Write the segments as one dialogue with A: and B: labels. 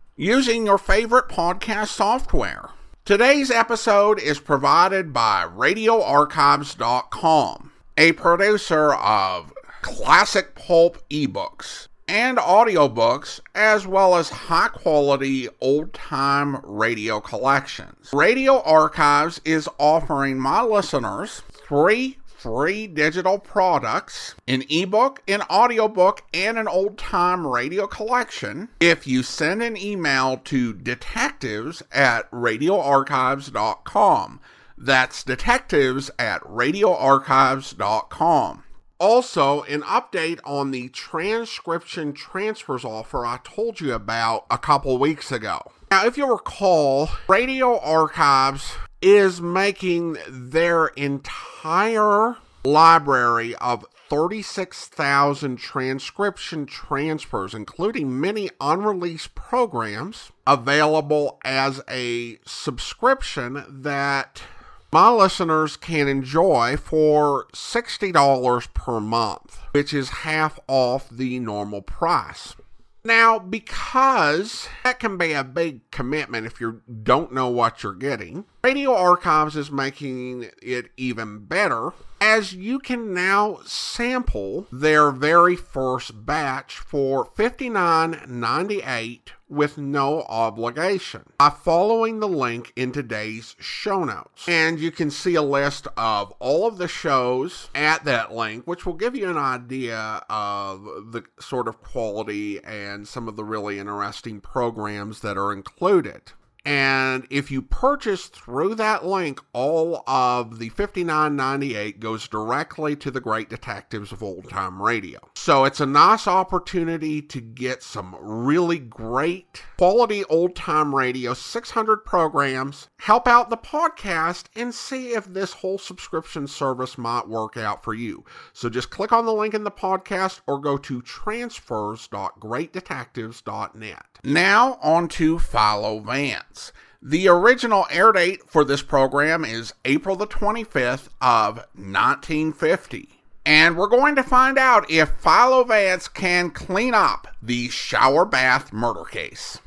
A: using your favorite podcast software. Today's episode is provided by RadioArchives.com, a producer of classic pulp ebooks and audiobooks, as well as high quality old time radio collections. Radio Archives is offering my listeners three free digital products an ebook, an audiobook, and an old time radio collection if you send an email to detectives at radioarchives.com. That's detectives at radioarchives.com. Also, an update on the transcription transfers offer I told you about a couple weeks ago. Now, if you recall, Radio Archives is making their entire library of 36,000 transcription transfers, including many unreleased programs, available as a subscription that my listeners can enjoy for $60 per month, which is half off the normal price. Now, because that can be a big commitment if you don't know what you're getting, Radio Archives is making it even better as you can now sample their very first batch for $59.98 with no obligation by following the link in today's show notes. And you can see a list of all of the shows at that link, which will give you an idea of the sort of quality and some of the really interesting programs that are included. And if you purchase through that link, all of the fifty-nine ninety-eight goes directly to the great detectives of old time radio. So it's a nice opportunity to get some really great quality old time radio, 600 programs, help out the podcast, and see if this whole subscription service might work out for you. So just click on the link in the podcast or go to transfers.greatdetectives.net. Now on to Philo Vance. The original air date for this program is April the 25th of 1950. And we're going to find out if Philo Vance can clean up the shower bath murder case.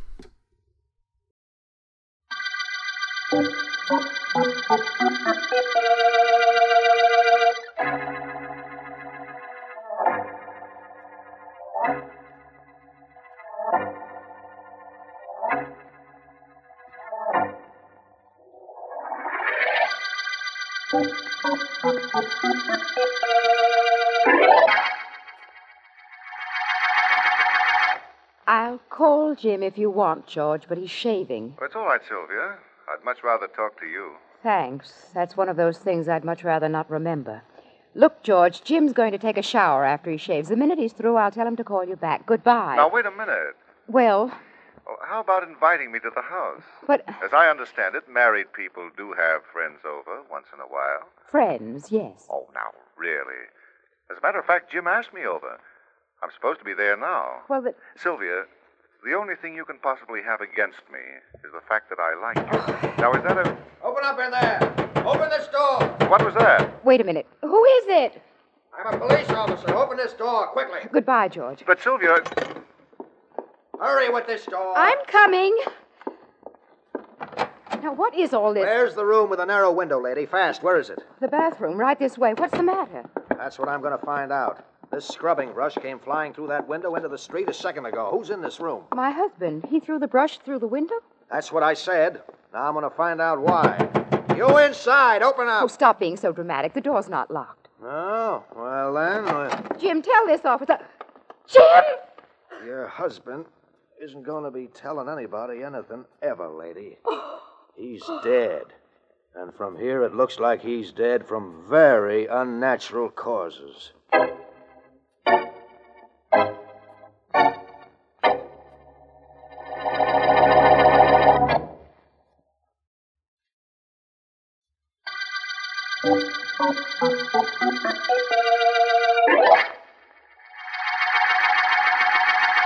B: I'll call Jim if you want, George, but he's shaving.
C: Well, it's all right, Sylvia. I'd much rather talk to you.
B: Thanks. That's one of those things I'd much rather not remember. Look, George, Jim's going to take a shower after he shaves. The minute he's through, I'll tell him to call you back. Goodbye.
C: Now, wait a minute.
B: Well,
C: Oh, How about inviting me to the house?
B: but
C: As I understand it, married people do have friends over once in a while.
B: friends, yes.
C: Oh, now, really. As a matter of fact, Jim asked me over. I'm supposed to be there now.
B: Well, but
C: Sylvia, the only thing you can possibly have against me is the fact that I like you. Now, is that a.
D: Open up in there! Open this door!
C: What was that?
B: wait a minute. Who is it?
D: I'm a police officer. Open this door quickly.
B: Goodbye, George.
C: But, Sylvia.
D: Hurry with this door.
B: I'm coming. Now, what is all this?
D: There's the room with the narrow window, lady. Fast. Where is it?
B: The bathroom, right this way. What's the matter?
D: That's what I'm going to find out. This scrubbing brush came flying through that window into the street a second ago. Who's in this room?
B: My husband. He threw the brush through the window?
D: That's what I said. Now I'm going to find out why. You inside. Open
B: Oh,
D: up.
B: stop being so dramatic. The door's not locked.
D: Oh, well then, uh,
B: Jim, tell this officer. Jim!
D: your husband isn't going to be telling anybody anything ever, lady. He's dead. And from here, it looks like he's dead from very unnatural causes.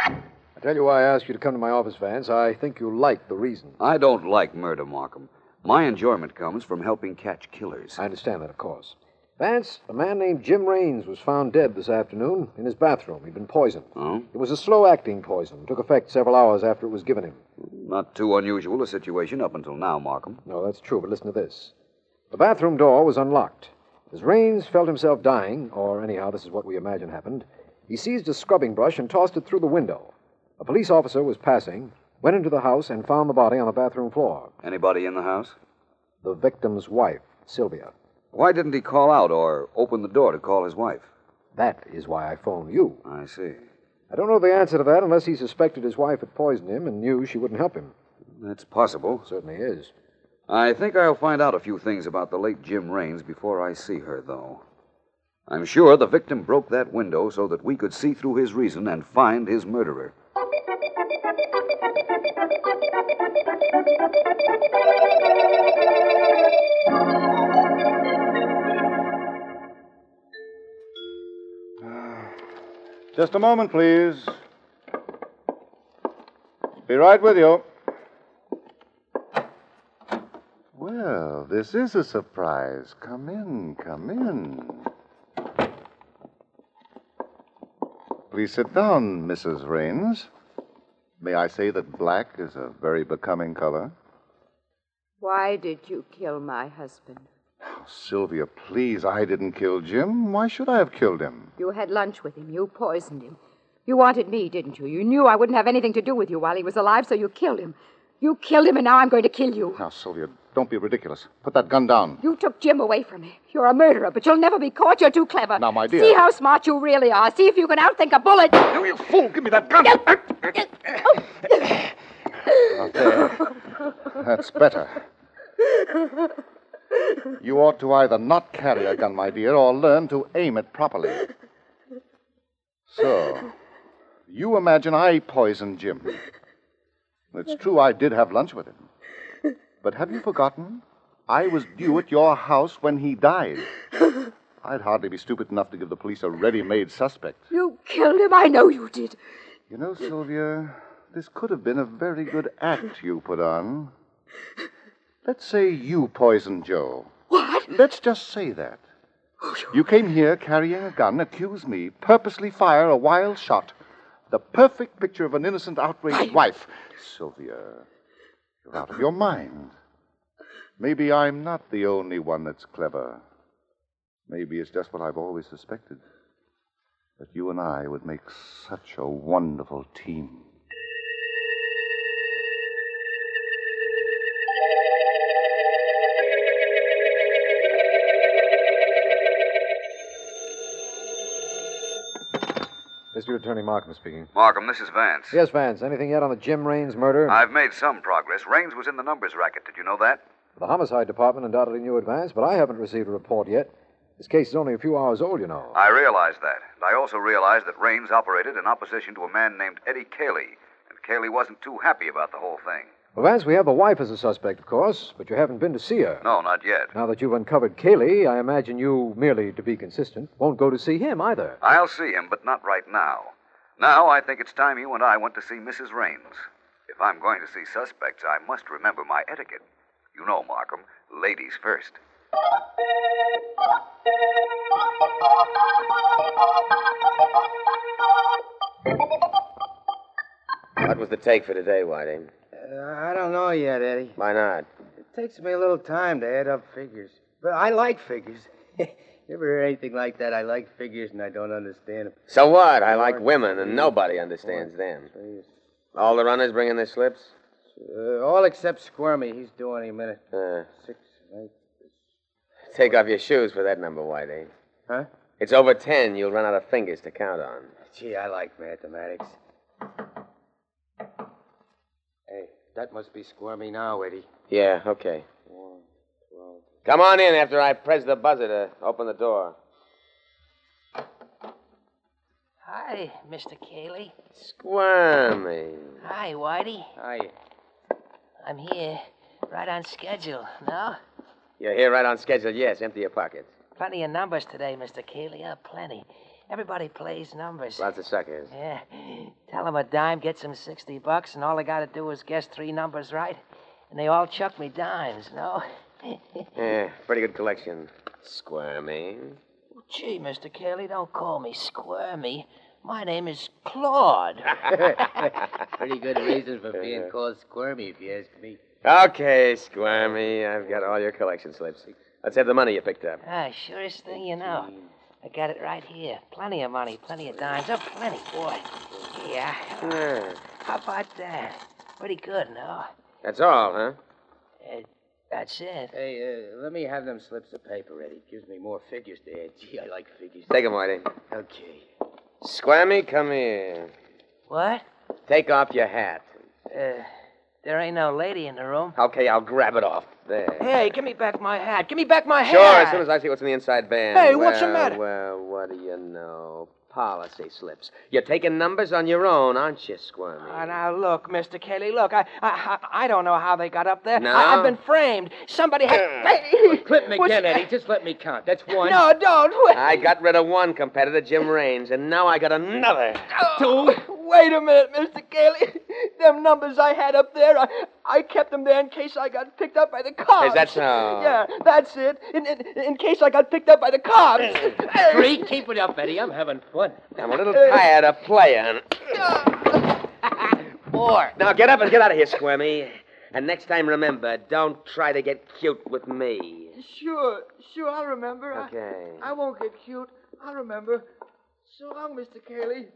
E: I tell you why I asked you to come to my office, Vance. I think you like the reason.
F: I don't like murder, Markham. My enjoyment comes from helping catch killers.
E: I understand that, of course. Vance, a man named Jim Raines was found dead this afternoon in his bathroom. He'd been poisoned.
F: Oh?
E: It was a slow acting poison, took effect several hours after it was given him.
F: Not too unusual a situation up until now, Markham.
E: No, that's true, but listen to this. The bathroom door was unlocked. As Raines felt himself dying, or anyhow, this is what we imagine happened, he seized a scrubbing brush and tossed it through the window. A police officer was passing, went into the house, and found the body on the bathroom floor.
F: Anybody in the house?
E: The victim's wife, Sylvia.
F: Why didn't he call out or open the door to call his wife?
E: That is why I phoned you.
F: I see.
E: I don't know the answer to that unless he suspected his wife had poisoned him and knew she wouldn't help him.
F: That's possible.
E: Certainly is.
F: I think I'll find out a few things about the late Jim Raines before I see her, though. I'm sure the victim broke that window so that we could see through his reason and find his murderer.
G: Just a moment, please. Be right with you.
C: Well, this is a surprise. Come in, come in. Please sit down, Mrs. Raines. May I say that black is a very becoming color?
B: Why did you kill my husband?
C: Sylvia, please, I didn't kill Jim. Why should I have killed him?
B: You had lunch with him. You poisoned him. You wanted me, didn't you? You knew I wouldn't have anything to do with you while he was alive, so you killed him. You killed him, and now I'm going to kill you.
C: Now, Sylvia, don't be ridiculous. Put that gun down.
B: You took Jim away from me. You're a murderer, but you'll never be caught. You're too clever.
C: Now, my dear-
B: See how smart you really are. See if you can outthink a bullet.
C: You, you fool, give me that gun! Not there. That's better. You ought to either not carry a gun, my dear, or learn to aim it properly. So, you imagine I poisoned Jim. It's true I did have lunch with him. But have you forgotten? I was due at your house when he died. I'd hardly be stupid enough to give the police a ready made suspect.
B: You killed him. I know you did.
C: You know, Sylvia, this could have been a very good act you put on. Let's say you poisoned Joe.
B: What?
C: Let's just say that. You came here carrying a gun, accuse me, purposely fire a wild shot. The perfect picture of an innocent, outraged wife. Sylvia, you're out of your mind. Maybe I'm not the only one that's clever. Maybe it's just what I've always suspected. That you and I would make such a wonderful team.
E: Mr. Attorney Markham speaking.
F: Markham, this is Vance.
E: Yes, Vance. Anything yet on the Jim Raines murder?
F: I've made some progress. Raines was in the numbers racket. Did you know that?
E: The homicide department undoubtedly knew advance, but I haven't received a report yet. This case is only a few hours old, you know.
F: I realized that. And I also realized that Raines operated in opposition to a man named Eddie Cayley. And Cayley wasn't too happy about the whole thing.
E: Well, Vance, we have the wife as a suspect, of course, but you haven't been to see her.
F: No, not yet.
E: Now that you've uncovered Cayley, I imagine you, merely to be consistent, won't go to see him either.
F: I'll see him, but not right now. Now I think it's time you and I went to see Mrs. Raines. If I'm going to see suspects, I must remember my etiquette. You know, Markham, ladies first.
H: What was the take for today, Whiting?
D: Uh, I don't know yet, Eddie.
H: Why not?
D: It takes me a little time to add up figures. But I like figures. you ever hear anything like that? I like figures and I don't understand them.
H: So what? I like women, and nobody understands them. All the runners bringing their slips?
D: Uh, all except Squirmy. He's due any minute.
H: Uh,
D: Six, eight.
H: take off your shoes for that number, Whiting.
D: Huh?
H: It's over ten. You'll run out of fingers to count on.
D: Gee, I like mathematics. Hey, that must be Squirmy now, Eddie.
H: Yeah, okay. Come on in after I press the buzzer to open the door.
I: Hi, Mr. Cayley.
H: Squirmy.
I: Hi, Whitey.
H: Hi.
I: I'm here right on schedule, no?
H: You're here right on schedule. Yes, empty your pockets.
I: Plenty of numbers today, Mr. Keeley. Oh, plenty. Everybody plays numbers.
H: Lots of suckers.
I: Yeah. Tell them a dime gets them 60 bucks, and all I got to do is guess three numbers right, and they all chuck me dimes, no? Eh?
H: Yeah, Eh, pretty good collection. Squirming.
I: Gee, Mr. Kelly, don't call me squirmy. My name is Claude.
J: Pretty good reason for being called squirmy, if you ask me.
H: Okay, Squirmy, I've got all your collection slips. Let's have the money you picked up.
I: ah, surest thing you know. I got it right here. Plenty of money, plenty of dimes. Oh, plenty, boy. Yeah.
H: Yeah,
I: How about that? Pretty good, no?
H: That's all, huh?
I: Uh, that's it.
J: Hey, uh, let me have them slips of paper, Eddie. Gives me more figures to add. Gee, I like figures.
H: Take 'em, Whitey.
J: Okay.
H: Squirmy, come here.
I: What?
H: Take off your hat.
I: Uh, there ain't no lady in the room.
H: Okay, I'll grab it off. There.
I: Hey, give me back my hat. Give me back my
H: Sure,
I: hat.
H: as soon as I see what's in the inside band.
I: Hey, what's the
H: Well,
I: matter?
H: Well, what do you know? Policy slips. You're taking numbers on your own, aren't you, Squirmy?
I: Oh, now look, Mr. Kelly. Look, I, I, I I don't know how they got up there.
H: No?
I: I, I've been framed. Somebody had.
J: Clip 'em
I: What's-
J: again, Eddie. Just let me count. That's one,
I: No, don't. Wait,
H: I got rid of one competitor, Jim Raines, and now I got another.
I: oh, wait a minute, Mr. Kelly. Them numbers I had up there, I, I kept them there in case I got picked up by the cops.
H: Is that so?
I: Oh, Yeah, that's it. In, in, in case I got picked up by the cops.
J: three. Keep it up, Eddie. I'm having fun.
H: I'm a little tired of playing.
J: Four.
H: Now get up and get out of here, Squirmy. And next time, remember, don't try to get cute with me.
I: Sure, sure, I remember.
H: Okay.
I: I won't get cute. I remember. So long, Mr. Cayley.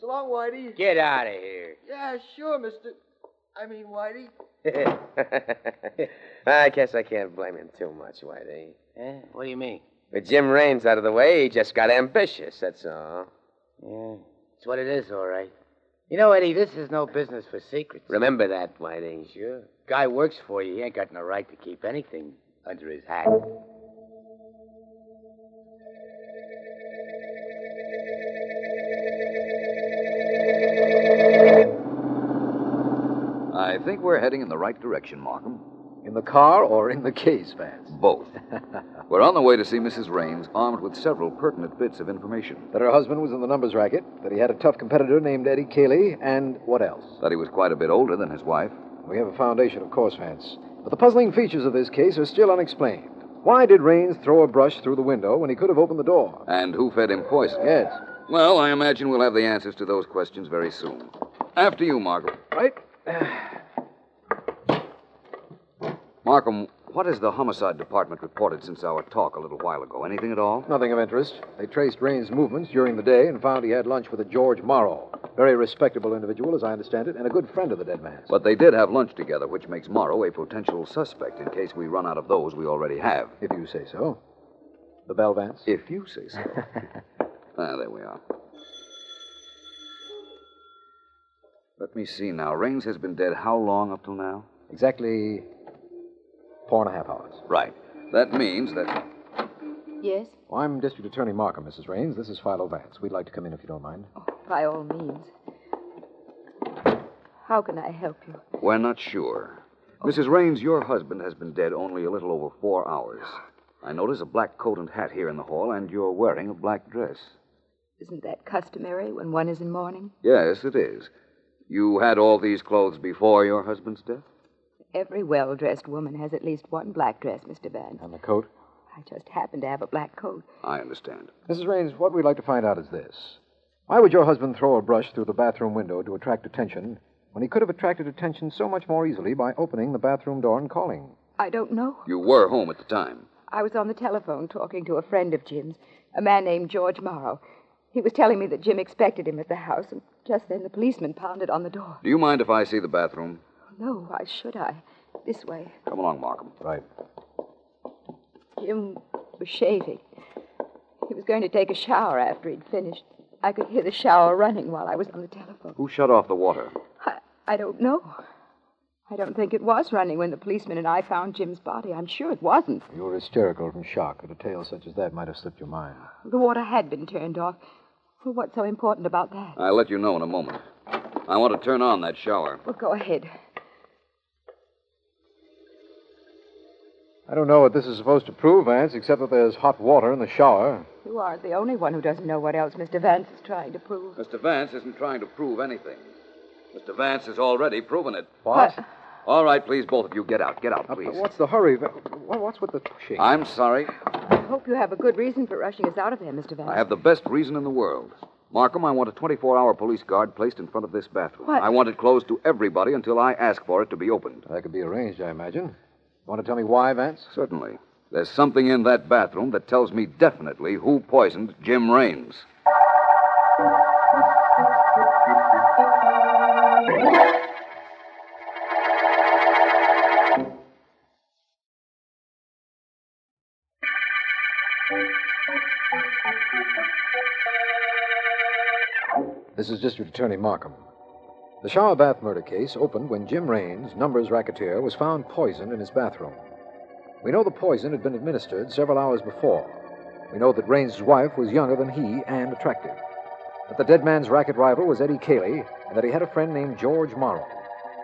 I: So long, Whitey.
J: Get out of here.
I: Yeah, sure, Mr. I mean, Whitey.
H: I guess I can't blame him too much, Whitey.
J: Eh? What do you mean?
H: With Jim Raines out of the way, he just got ambitious, that's all.
J: Yeah. It's what it is, all right. You know, Eddie, this is no business for secrets.
H: Remember that, Whitey.
J: Sure. Guy works for you. He ain't got no right to keep anything under his hat.
F: I think we're heading in the right direction, Markham.
E: In the car or in the case, Vance?
F: Both. we're on the way to see Mrs. Raines, armed with several pertinent bits of information.
E: That her husband was in the numbers racket, that he had a tough competitor named Eddie Cayley, and what else?
F: That he was quite a bit older than his wife.
E: We have a foundation, of course, Vance. But the puzzling features of this case are still unexplained. Why did Raines throw a brush through the window when he could have opened the door?
F: And who fed him poison?
E: Yes.
F: Well, I imagine we'll have the answers to those questions very soon. After you, Markham.
E: Right?
F: Markham, what has the homicide department reported since our talk a little while ago? Anything at all?
E: Nothing of interest. They traced Raines' movements during the day and found he had lunch with a George Morrow. Very respectable individual, as I understand it, and a good friend of the dead man's.
F: But they did have lunch together, which makes Morrow a potential suspect in case we run out of those we already have.
E: If you say so. The bell, Vance?
F: If you say so. ah, there we are. Let me see now. Raines has been dead how long up till now?
E: Exactly four and a half hours.
F: Right. That means that.
B: Yes,
E: Well, I'm District Attorney Markham, Mrs. Raines. This is Philo Vance. We'd like to come in if you don't mind.
B: by all means. How can I help you?
F: We're not sure. Mrs. Raines, your husband has been dead only a little over four hours. I notice a black coat and hat here in the hall, and you're wearing a black dress.
B: Isn't that customary when one is in mourning?
F: Yes, it is. You had all these clothes before your husband's death?
B: Every well dressed woman has at least one black dress, Mr. Vance.
E: And the coat?
B: I just happen to have a black coat.
F: I understand.
E: Mrs. Raines, what we'd like to find out is this. Why would your husband throw a brush through the bathroom window to attract attention when he could have attracted attention so much more easily by opening the bathroom door and calling?
B: I don't know.
F: You were home at the time.
B: I was on the telephone talking to a friend of Jim's, a man named George Morrow. He was telling me that Jim expected him at the house, and just then the policeman pounded on the door.
F: Do you mind if I see the bathroom?
B: No, why should I? This way.
F: Come along, Markham.
E: Right.
B: Jim was shaving. He was going to take a shower after he'd finished. I could hear the shower running while I was on the telephone.
F: Who shut off the water?
B: I, I don't know. I don't think it was running when the policeman and I found Jim's body. I'm sure it wasn't.
E: You were hysterical from shock, but a tale such as that might have slipped your mind.
B: The water had been turned off. Well, what's so important about that?
F: I'll let you know in a moment. I want to turn on that shower.
B: Well, go ahead.
E: I don't know what this is supposed to prove, Vance, except that there's hot water in the shower.
B: You aren't the only one who doesn't know what else Mr. Vance is trying to prove.
F: Mr. Vance isn't trying to prove anything. Mr. Vance has already proven it.
E: What?
F: All right, please, both of you, get out. Get out, please.
E: What's the hurry? Va- wha- What's with the pushing?
F: I'm sorry.
B: I hope you have a good reason for rushing us out of here, Mr. Vance.
F: I have the best reason in the world. Markham, I want a 24 hour police guard placed in front of this bathroom.
B: What?
F: I want it closed to everybody until I ask for it to be opened.
E: That could be arranged, I imagine. Want to tell me why, Vance?
F: Certainly. There's something in that bathroom that tells me definitely who poisoned Jim Raines.
E: This is District Attorney Markham. The shower bath murder case opened when Jim Raines, numbers racketeer, was found poisoned in his bathroom. We know the poison had been administered several hours before. We know that Raines' wife was younger than he and attractive. That the dead man's racket rival was Eddie Cayley, and that he had a friend named George Morrow.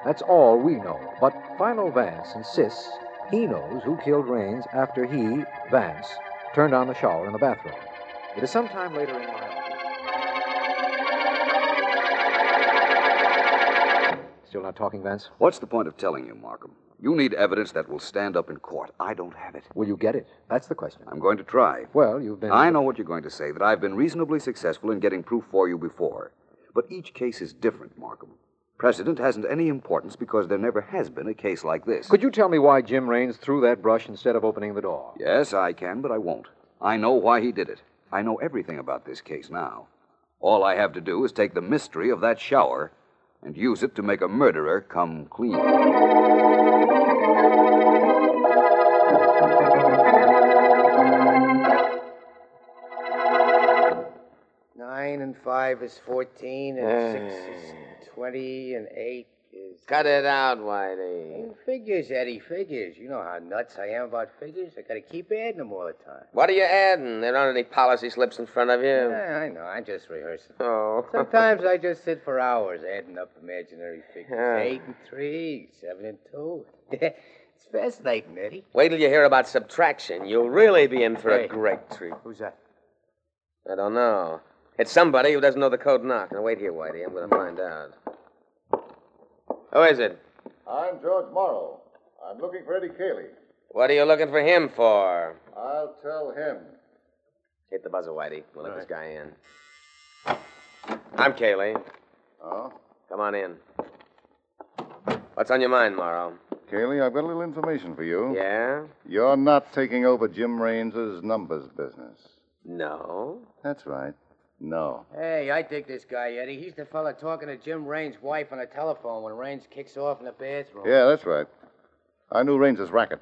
E: That's all we know. But Philo Vance insists he knows who killed Raines after he, Vance, turned on the shower in the bathroom. It is sometime later in my Still not talking, Vance?
F: What's the point of telling you, Markham? You need evidence that will stand up in court. I don't have it.
E: Will you get it? That's the question.
F: I'm going to try.
E: Well, you've been.
F: I know what you're going to say, that I've been reasonably successful in getting proof for you before. But each case is different, Markham. Precedent hasn't any importance because there never has been a case like this.
E: Could you tell me why Jim Raines threw that brush instead of opening the door?
F: Yes, I can, but I won't. I know why he did it. I know everything about this case now. All I have to do is take the mystery of that shower and use it to make a murderer come clean.
J: Nine and five is 14, and six is 20, and eight is.
H: Cut it out, Whitey.
J: Figures, Eddie, figures. You know how nuts I am about figures. I gotta keep adding them all the time.
H: What are you adding? There aren't any policy slips in front of you.
J: Yeah, I know. I'm just rehearsing.
H: Oh.
J: Sometimes I just sit for hours adding up imaginary figures.
H: Yeah.
J: Eight and three, seven and two. it's fascinating, Eddie.
H: Wait till you hear about subtraction. You'll really be in for
J: Hey.
H: a great treat.
J: Who's that?
H: I don't know. It's somebody who doesn't know the code knock. Now, wait here, Whitey. I'm going to find out. Who is it?
G: I'm George Morrow. I'm looking for Eddie Cayley.
H: What are you looking for him for?
G: I'll tell him.
H: Hit the buzzer, Whitey. We'll let this guy in. I'm Kaylee.
G: Oh?
H: Come on in. What's on your mind, Morrow?
G: Cayley, I've got a little information for
C: Oh.
G: you.
H: Yeah?
G: You're not taking over Jim Raines' numbers business.
H: No.
G: That's right. No.
J: Hey, I dig this guy, Eddie. He's the fella talking to Jim Raines' wife on the telephone when Raines kicks off in the bathroom.
G: Yeah, that's right. I knew Raines' racket.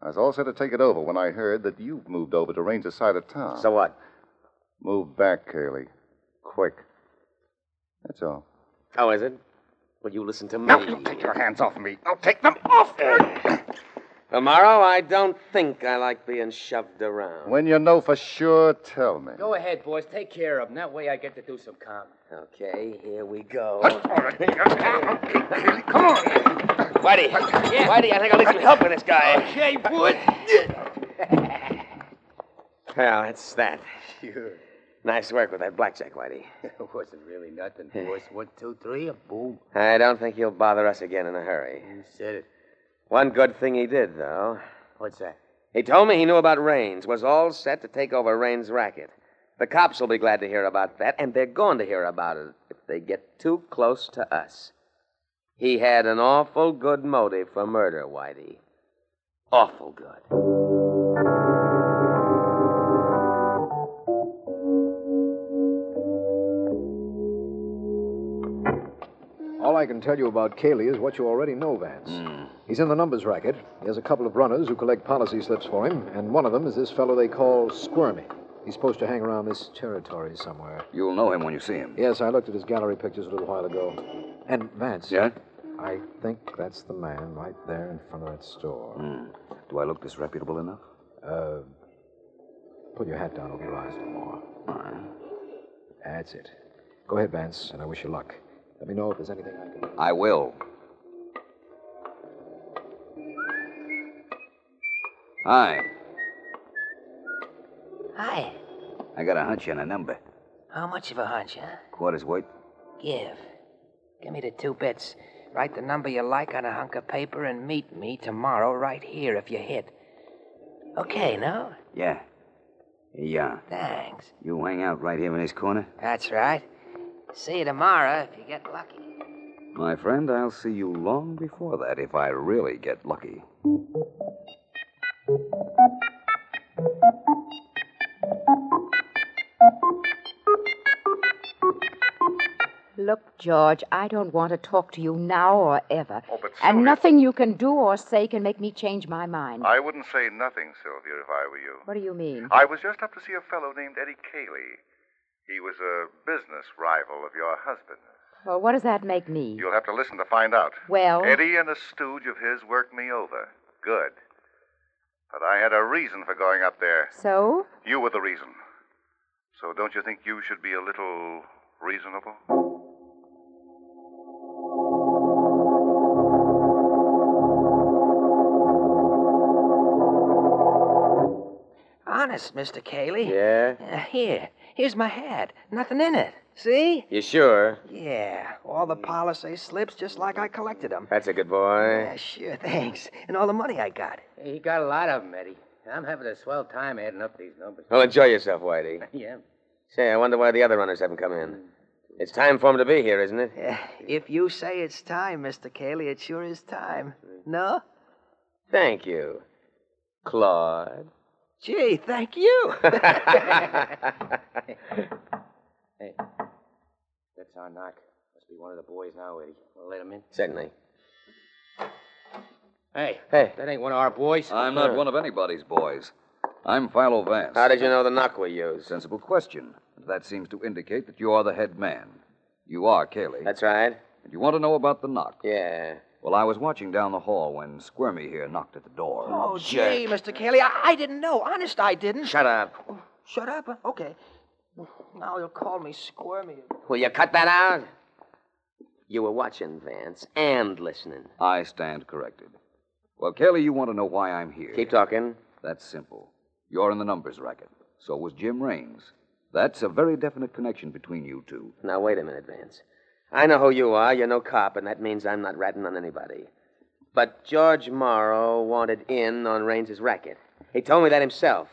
G: I was all set to take it over when I heard that you've moved over to Raines' side of town.
H: So what?
G: Move back, Cayley. Quick. That's all.
H: How is it? Will you listen to me?
G: your hands off me. I'll take them off.
H: Tomorrow, I don't think I like being shoved around.
G: When you know for sure, tell me.
J: Go ahead, boys. Take care of him. That way I get to do some comedy.
H: Okay, here we go.
G: Come on.
H: Whitey, Whitey, I think I'll need some help with this guy. Okay, Wood. well, that's that.
J: Sure.
H: Nice work with that blackjack, Whitey.
J: It wasn't really nothing, boys. One, two, three, and boom.
H: I don't think he'll bother us again in a hurry.
J: You said it.
H: One good thing he did, though.
J: What's that?
H: He told me he knew about Raines, was all set to take over Raines' racket. The cops will be glad to hear about that, and they're going to hear about it if they get too close to us. He had an awful good motive for murder, Whitey. Awful good.
E: All I can tell you about Cayley is what you already know, Vance.
F: Hmm.
E: He's in the numbers racket. He has a couple of runners who collect policy slips for him, and one of them is this fellow they call Squirmy. He's supposed to hang around this territory somewhere.
F: You'll know him when you see him.
E: Yes, I looked at his gallery pictures a little while ago. And Vance.
F: Yeah?
E: I think that's the man right there in front of that store.
F: Hmm. Do I look disreputable enough?
E: Uh, put your hat down over your eyes a little more. That's it. Go ahead, Vance, and I wish you luck. Let me know if there's anything I can do.
F: I will.
E: Hi.
I: Hi.
E: I got a hunch and a number.
I: How much of a hunch, huh?
E: Quarters worth?
I: Give. Give me the two bits. Write the number you like on a hunk of paper and meet me tomorrow right here if you hit. Okay, no?
E: Yeah. Yeah.
I: Thanks.
E: You hang out right here in this corner?
I: That's right. See you tomorrow if you get lucky.
E: My friend, I'll see you long before that if I really get lucky.
B: Look, George, I don't want to talk to you now or ever.
C: Oh, but
B: and
C: Sylvia-
B: nothing you can do or say can make me change my mind.
C: I wouldn't say nothing, Sylvia, if I were you.
B: What do you mean?
C: I was just up to see a fellow named Eddie Cayley. He was a business rival of your husband's.
B: Well, what does that make me?
C: You'll have to listen to find out.
B: Well,
C: Eddie and a stooge of his worked me over. Good. But I had a reason for going up there.
B: so?
C: You were the reason. So don't you think you should be a little reasonable?
I: Honest, Mr. Cayley.
H: Yeah?
I: Uh, here. Here's my hat. Nothing in it. See?
H: You sure?
I: Yeah. All the policy slips just like I collected them.
H: That's a good boy.
I: Yeah, sure, thanks. And all the money I got.
K: Hey, you got a lot of them, Eddie. I'm having a swell time adding up these numbers.
H: Well, enjoy yourself, Whitey.
K: yeah.
H: Say, I wonder why the other runners haven't come in. It's time for 'em to be here, isn't it?
I: If you say it's time, Mr. Cayley, it sure is time. No?
H: Thank you, Claude.
I: Gee, thank you.
K: Hey, that's our knock. Must be one of the boys now, Eddie. We'll let him in.
H: Certainly.
K: Hey,
H: Hey.
K: that ain't one of our boys.
E: I'm not one of anybody's boys. I'm Philo Vance.
H: How did you know the knock we used?
E: Sensible question. That seems to indicate that you are the head man. You are Cayley.
H: That's right.
E: And you want to know about the knock?
H: Yeah.
E: Well, I was watching down the hall when Squirmy here knocked at the door.
I: Oh, gee, Mr. Cayley, I, I didn't know. Honest, I didn't.
H: Shut up.
K: Oh,
I: Shut up?
K: Uh,
I: huh? Okay. Now you'll call me squirmy.
H: Will you cut that out? You were watching, Vance, and listening.
E: I stand corrected. Well, Kelly, you want to know why I'm here.
H: Keep talking.
E: That's simple. You're in the numbers racket. So was Jim Raines. That's a very definite connection between you two.
H: Now, wait a minute, Vance. I know who you are. You're no cop, and that means I'm not ratting on anybody. But George Morrow wanted in on Raines's racket. He told me that himself.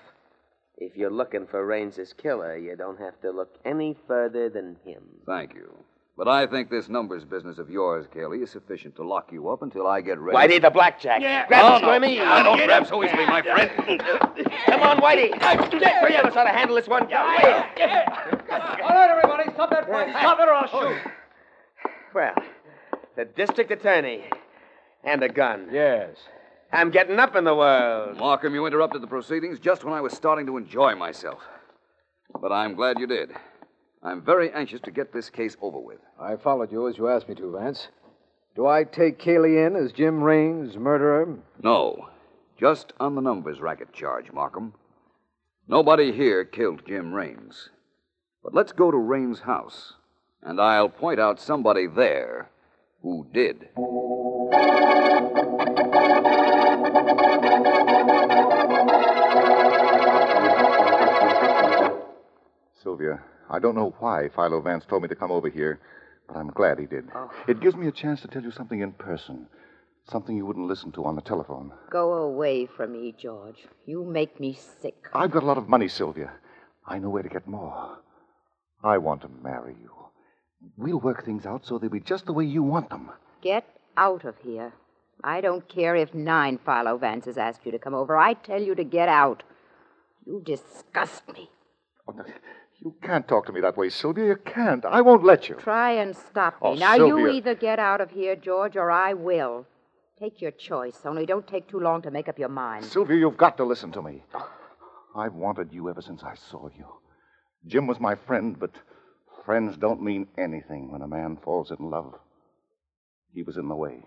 H: If you're looking for Raines's killer, you don't have to look any further than him.
E: Thank you. But I think this numbers business of yours, Kelly, is sufficient to lock you up until I get ready.
H: Whitey the blackjack. Yeah. Grab him, Squirmy.
E: I don't grab so easily, my friend.
H: Come on, Whitey. Three of us ought to handle this one.
F: All right, everybody, stop that fight. Stop it or I'll shoot.
H: Well, the district attorney and a gun.
L: Yes.
H: I'm getting up in the world.
E: Markham, you interrupted the proceedings just when I was starting to enjoy myself. But I'm glad you did. I'm very anxious to get this case over with.
M: I followed you as you asked me to, Vance. Do I take Cayley in as Jim Raines' murderer?
E: No, just on the numbers racket charge, Markham. Nobody here killed Jim Raines. But let's go to Raines' house, and I'll point out somebody there who did.
C: Sylvia, I don't know why Philo Vance told me to come over here, but I'm glad he did.
E: Oh.
C: It gives me a chance to tell you something in person, something you wouldn't listen to on the telephone.
B: Go away from me, George. You make me sick.
C: I've got a lot of money, Sylvia. I know where to get more. I want to marry you. We'll work things out so they'll be just the way you want them.
B: Get out of here. I don't care if nine Philo Vances ask you to come over. I tell you to get out. You disgust me.
C: Oh, no, You can't talk to me that way, Sylvia. You can't. I won't let you.
B: Try and stop me.
C: Oh,
B: now, you
C: Sylvia.
B: either get out of here, George, or I will. Take your choice, only don't take too long to make up your mind.
C: Sylvia, you've got to listen to me. I've wanted you ever since I saw you. Jim was my friend, but friends don't mean anything when a man falls in love. He was in the way.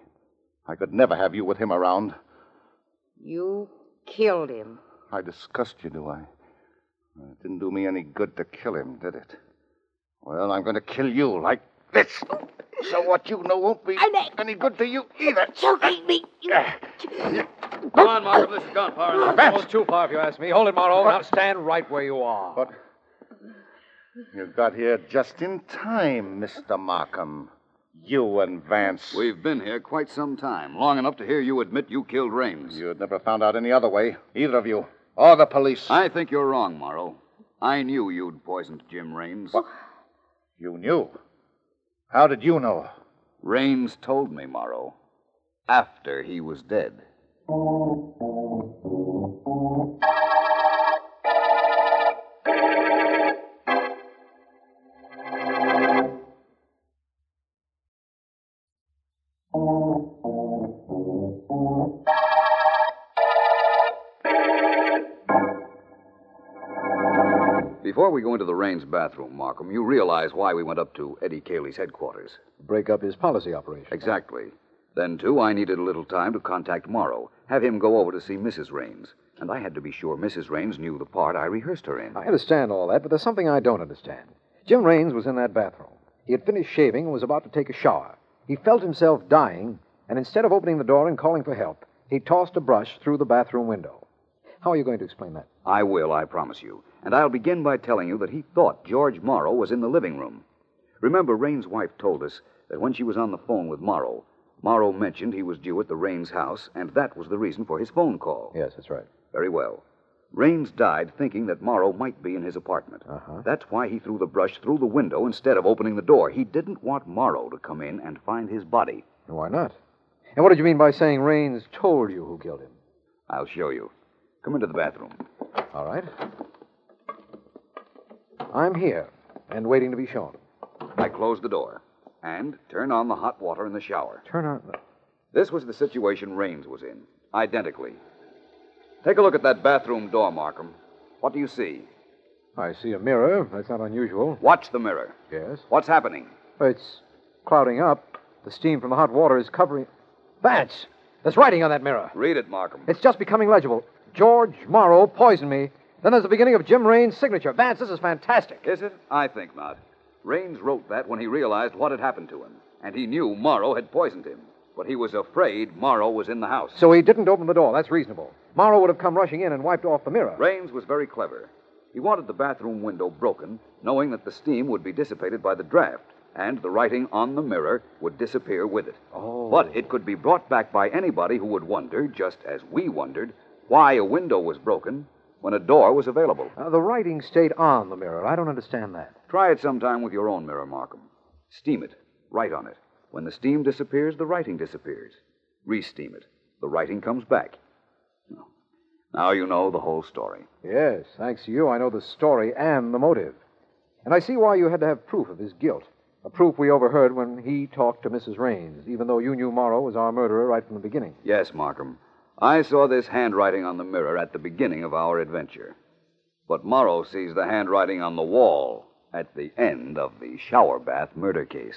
C: I could never have you with him around.
B: You killed him.
C: I disgust you, do I? It didn't do me any good to kill him, did it? Well, I'm going to kill you like
G: This. So what you know won't be any good to you either.
B: Choking me.
C: Eh.
F: Come on, Markham. This is gone far enough.
E: Almost too far, if you ask me. Hold it, Morrow. Now stand right where you are.
G: But You got here just in time, Mr. Markham. You and Vance.
F: We've been here quite some time, long enough to hear you admit you killed Rames.
G: You'd never found out any other way, either of you, or the police.
F: I think you're wrong, Morrow. I knew you'd poisoned Jim Rames.
G: You knew. How did you know?
F: Rames told me, Morrow, after he was dead. Before we go into the Raines bathroom, Markham, you realize why we went up to Eddie Cayley's headquarters.
E: Break up his policy operation.
F: Exactly. Then, too, I needed a little time to contact Morrow, have him go over to see Mrs. Raines. And I had to be sure Mrs. Raines knew the part I rehearsed her in.
E: I understand all that, but there's something I don't understand. Jim Raines was in that bathroom. He had finished shaving and was about to take a shower. He felt himself dying, and instead of opening the door and calling for help, he tossed a brush through the bathroom window. How are you going to explain that?
F: I will, I promise you. And I'll begin by telling you that he thought George Morrow was in the living room. Remember, Rain's wife told us that when she was on the phone with Morrow, Morrow mentioned he was due at the Rain's house, and that was the reason for his phone call.
E: Yes, that's right.
F: Very well. Rains died thinking that Morrow might be in his apartment.
E: Uh-huh.
F: That's why he threw the brush through the window instead of opening the door. He didn't want Morrow to come in and find his body.
E: Why not? And what did you mean by saying Raines told you who killed him?
F: I'll show you. Come into the bathroom.
E: All right. I'm here and waiting to be shown.
F: I close the door and turn on the hot water in the shower.
E: Turn on.
F: This was the situation Rains was in, identically. Take a look at that bathroom door, Markham. What do you see?
E: I see a mirror. That's not unusual.
F: Watch the mirror.
E: Yes.
F: What's happening?
E: It's clouding up. The steam from the hot water is covering. Vance! There's writing on that mirror.
F: Read it, Markham.
E: It's just becoming legible. George Morrow poisoned me. Then there's the beginning of Jim Raines' signature. Vance, this is fantastic.
F: Is it? I think not. Raines wrote that when he realized what had happened to him, and he knew Morrow had poisoned him. But he was afraid Morrow was in the house.
E: So he didn't open the door. That's reasonable. Morrow would have come rushing in and wiped off the mirror.
F: Raines was very clever. He wanted the bathroom window broken, knowing that the steam would be dissipated by the draft, and the writing on the mirror would disappear with it.
E: Oh.
F: But it could be brought back by anybody who would wonder, just as we wondered, why a window was broken when a door was available.
E: Uh, the writing stayed on the mirror. I don't understand that.
F: Try it sometime with your own mirror, Markham. Steam it. Write on it. When the steam disappears, the writing disappears. Re-steam it. The writing comes back. Now you know the whole story.
E: Yes, thanks to you, I know the story and the motive. And I see why you had to have proof of his guilt. A proof we overheard when he talked to Mrs. Raines, even though you knew Morrow was our murderer right from the beginning.
F: Yes, Markham. I saw this handwriting on the mirror at the beginning of our adventure. But Morrow sees the handwriting on the wall at the end of the shower bath murder case.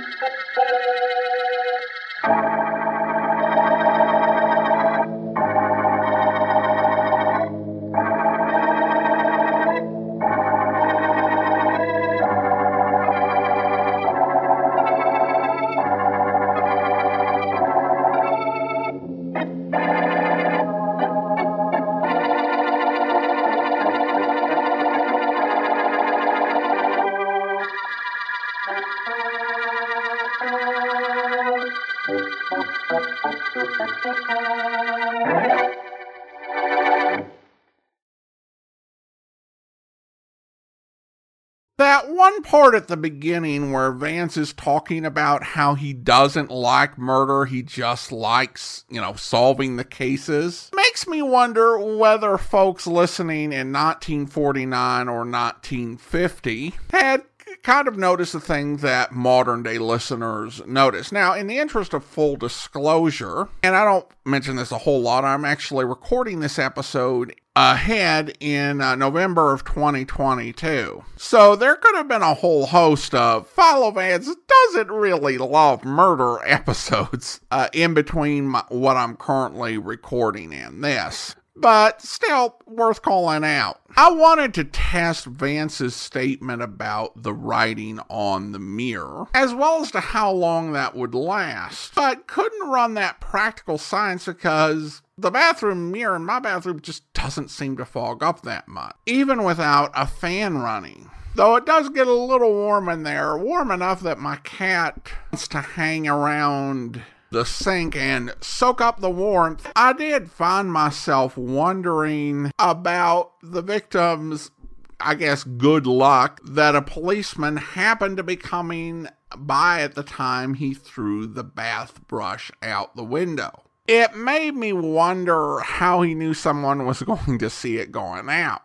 A: That one one part at the beginning where Vance is talking about how he doesn't like murder, he just likes, you know, solving the cases, makes me wonder whether folks listening in 1949 or 1950 had kind of notice the thing that modern day listeners notice. Now, in the interest of full disclosure, and I don't mention this a whole lot, I'm actually recording this episode ahead in uh, November of 2022. So there could have been a whole host of Follow Vance doesn't really love murder episodes uh, in between my, what I'm currently recording and this but still worth calling out. I wanted to test Vance's statement about the writing on the mirror, as well as to how long that would last, but couldn't run that practical science because the bathroom mirror in my bathroom just doesn't seem to fog up that much, even without a fan running. Though it does get a little warm in there, warm enough that my cat wants to hang around the sink and soak up the warmth, I did find myself wondering about the victim's, I guess, good luck that a policeman happened to be coming by at the time he threw the bath brush out the window. It made me wonder how he knew someone was going to see it going out.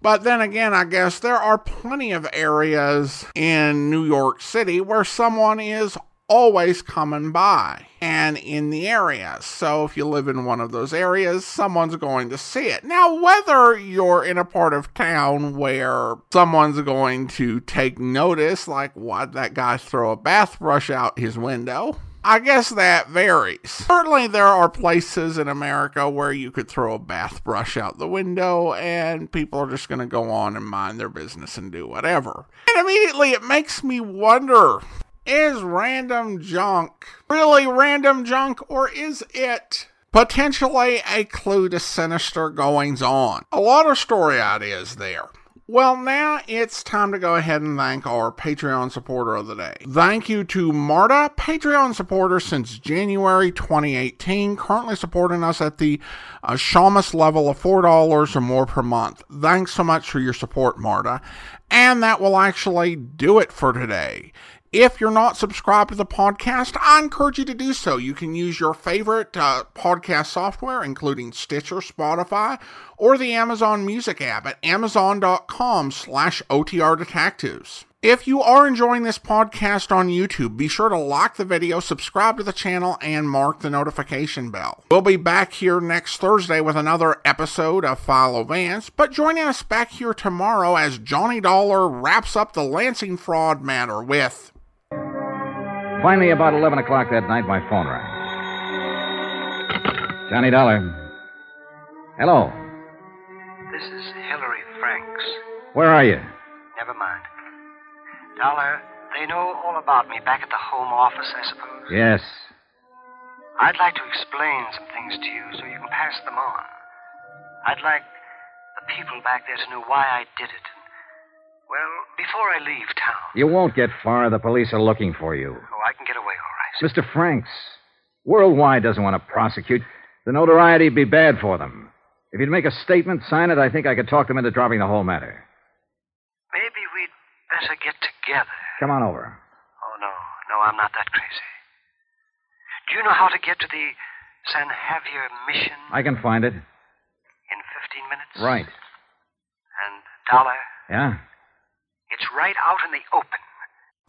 A: But then again, I guess there are plenty of areas in New York City where someone is always coming by and in the area. So if you live in one of those areas, someone's going to see it. Now, whether you're in a part of town where someone's going to take notice, like what that guy throw a bath brush out his window. I guess that varies. Certainly, there are places in America where you could throw a bath brush out the window and people are just going to go on and mind their business and do whatever. And immediately it makes me wonder is random junk really random junk, or is it potentially a clue to sinister goings on? A lot of story ideas there. Well, now it's time to go ahead and thank our Patreon supporter of the day. Thank you to Marta, Patreon supporter since January 2018, currently supporting us at the uh, Shamus level of $4 or more per month. Thanks so much for your support, Marta. And that will actually do it for today. If you're not subscribed to the podcast, I encourage you to do so. You can use your favorite uh, podcast software, including Stitcher, Spotify, or the Amazon Music app at amazon.com slash OTR Detectives. If you are enjoying this podcast on YouTube, be sure to like the video, subscribe to the channel, and mark the notification bell. We'll be back here next Thursday with another episode of Follow Vance, but join us back here tomorrow as Johnny Dollar wraps up the Lansing fraud matter with
N: Finally, about 11 o'clock that night, my phone rang. Johnny Dollar. Hello.
O: This is Hillary Franks.
N: Where are you?
O: Never mind. Dollar, they know all about me back at the home office, I suppose.
N: Yes.
O: I'd like to explain some things to you so you can pass them on. I'd like the people back there to know why I did it. Well, before I leave town.
N: You won't get far. The police are looking for you.
O: Oh, I can get away all right.
N: Mr. Franks, Worldwide doesn't want to prosecute. The notoriety'd be bad for them. If you'd make a statement, sign it, I think I could talk them into dropping the whole matter.
O: Maybe we'd better get together.
N: Come on over.
O: Oh, no. No, I'm not that crazy. Do you know how to get to the San Javier Mission
N: I can find it.
O: in 15 minutes?
N: Right.
O: And, Dollar,
N: Yeah?
O: it's right out in the open.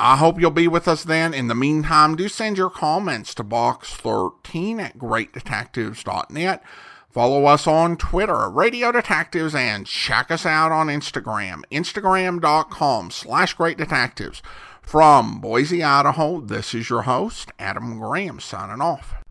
A: I hope you'll be with us then. In the meantime, do send your comments to box13 at greatdetectives.net. Follow us on Twitter, Radio Detectives, and check us out on Instagram, instagram.com slash greatdetectives. From Boise, Idaho, this is your host, Adam Graham, signing off.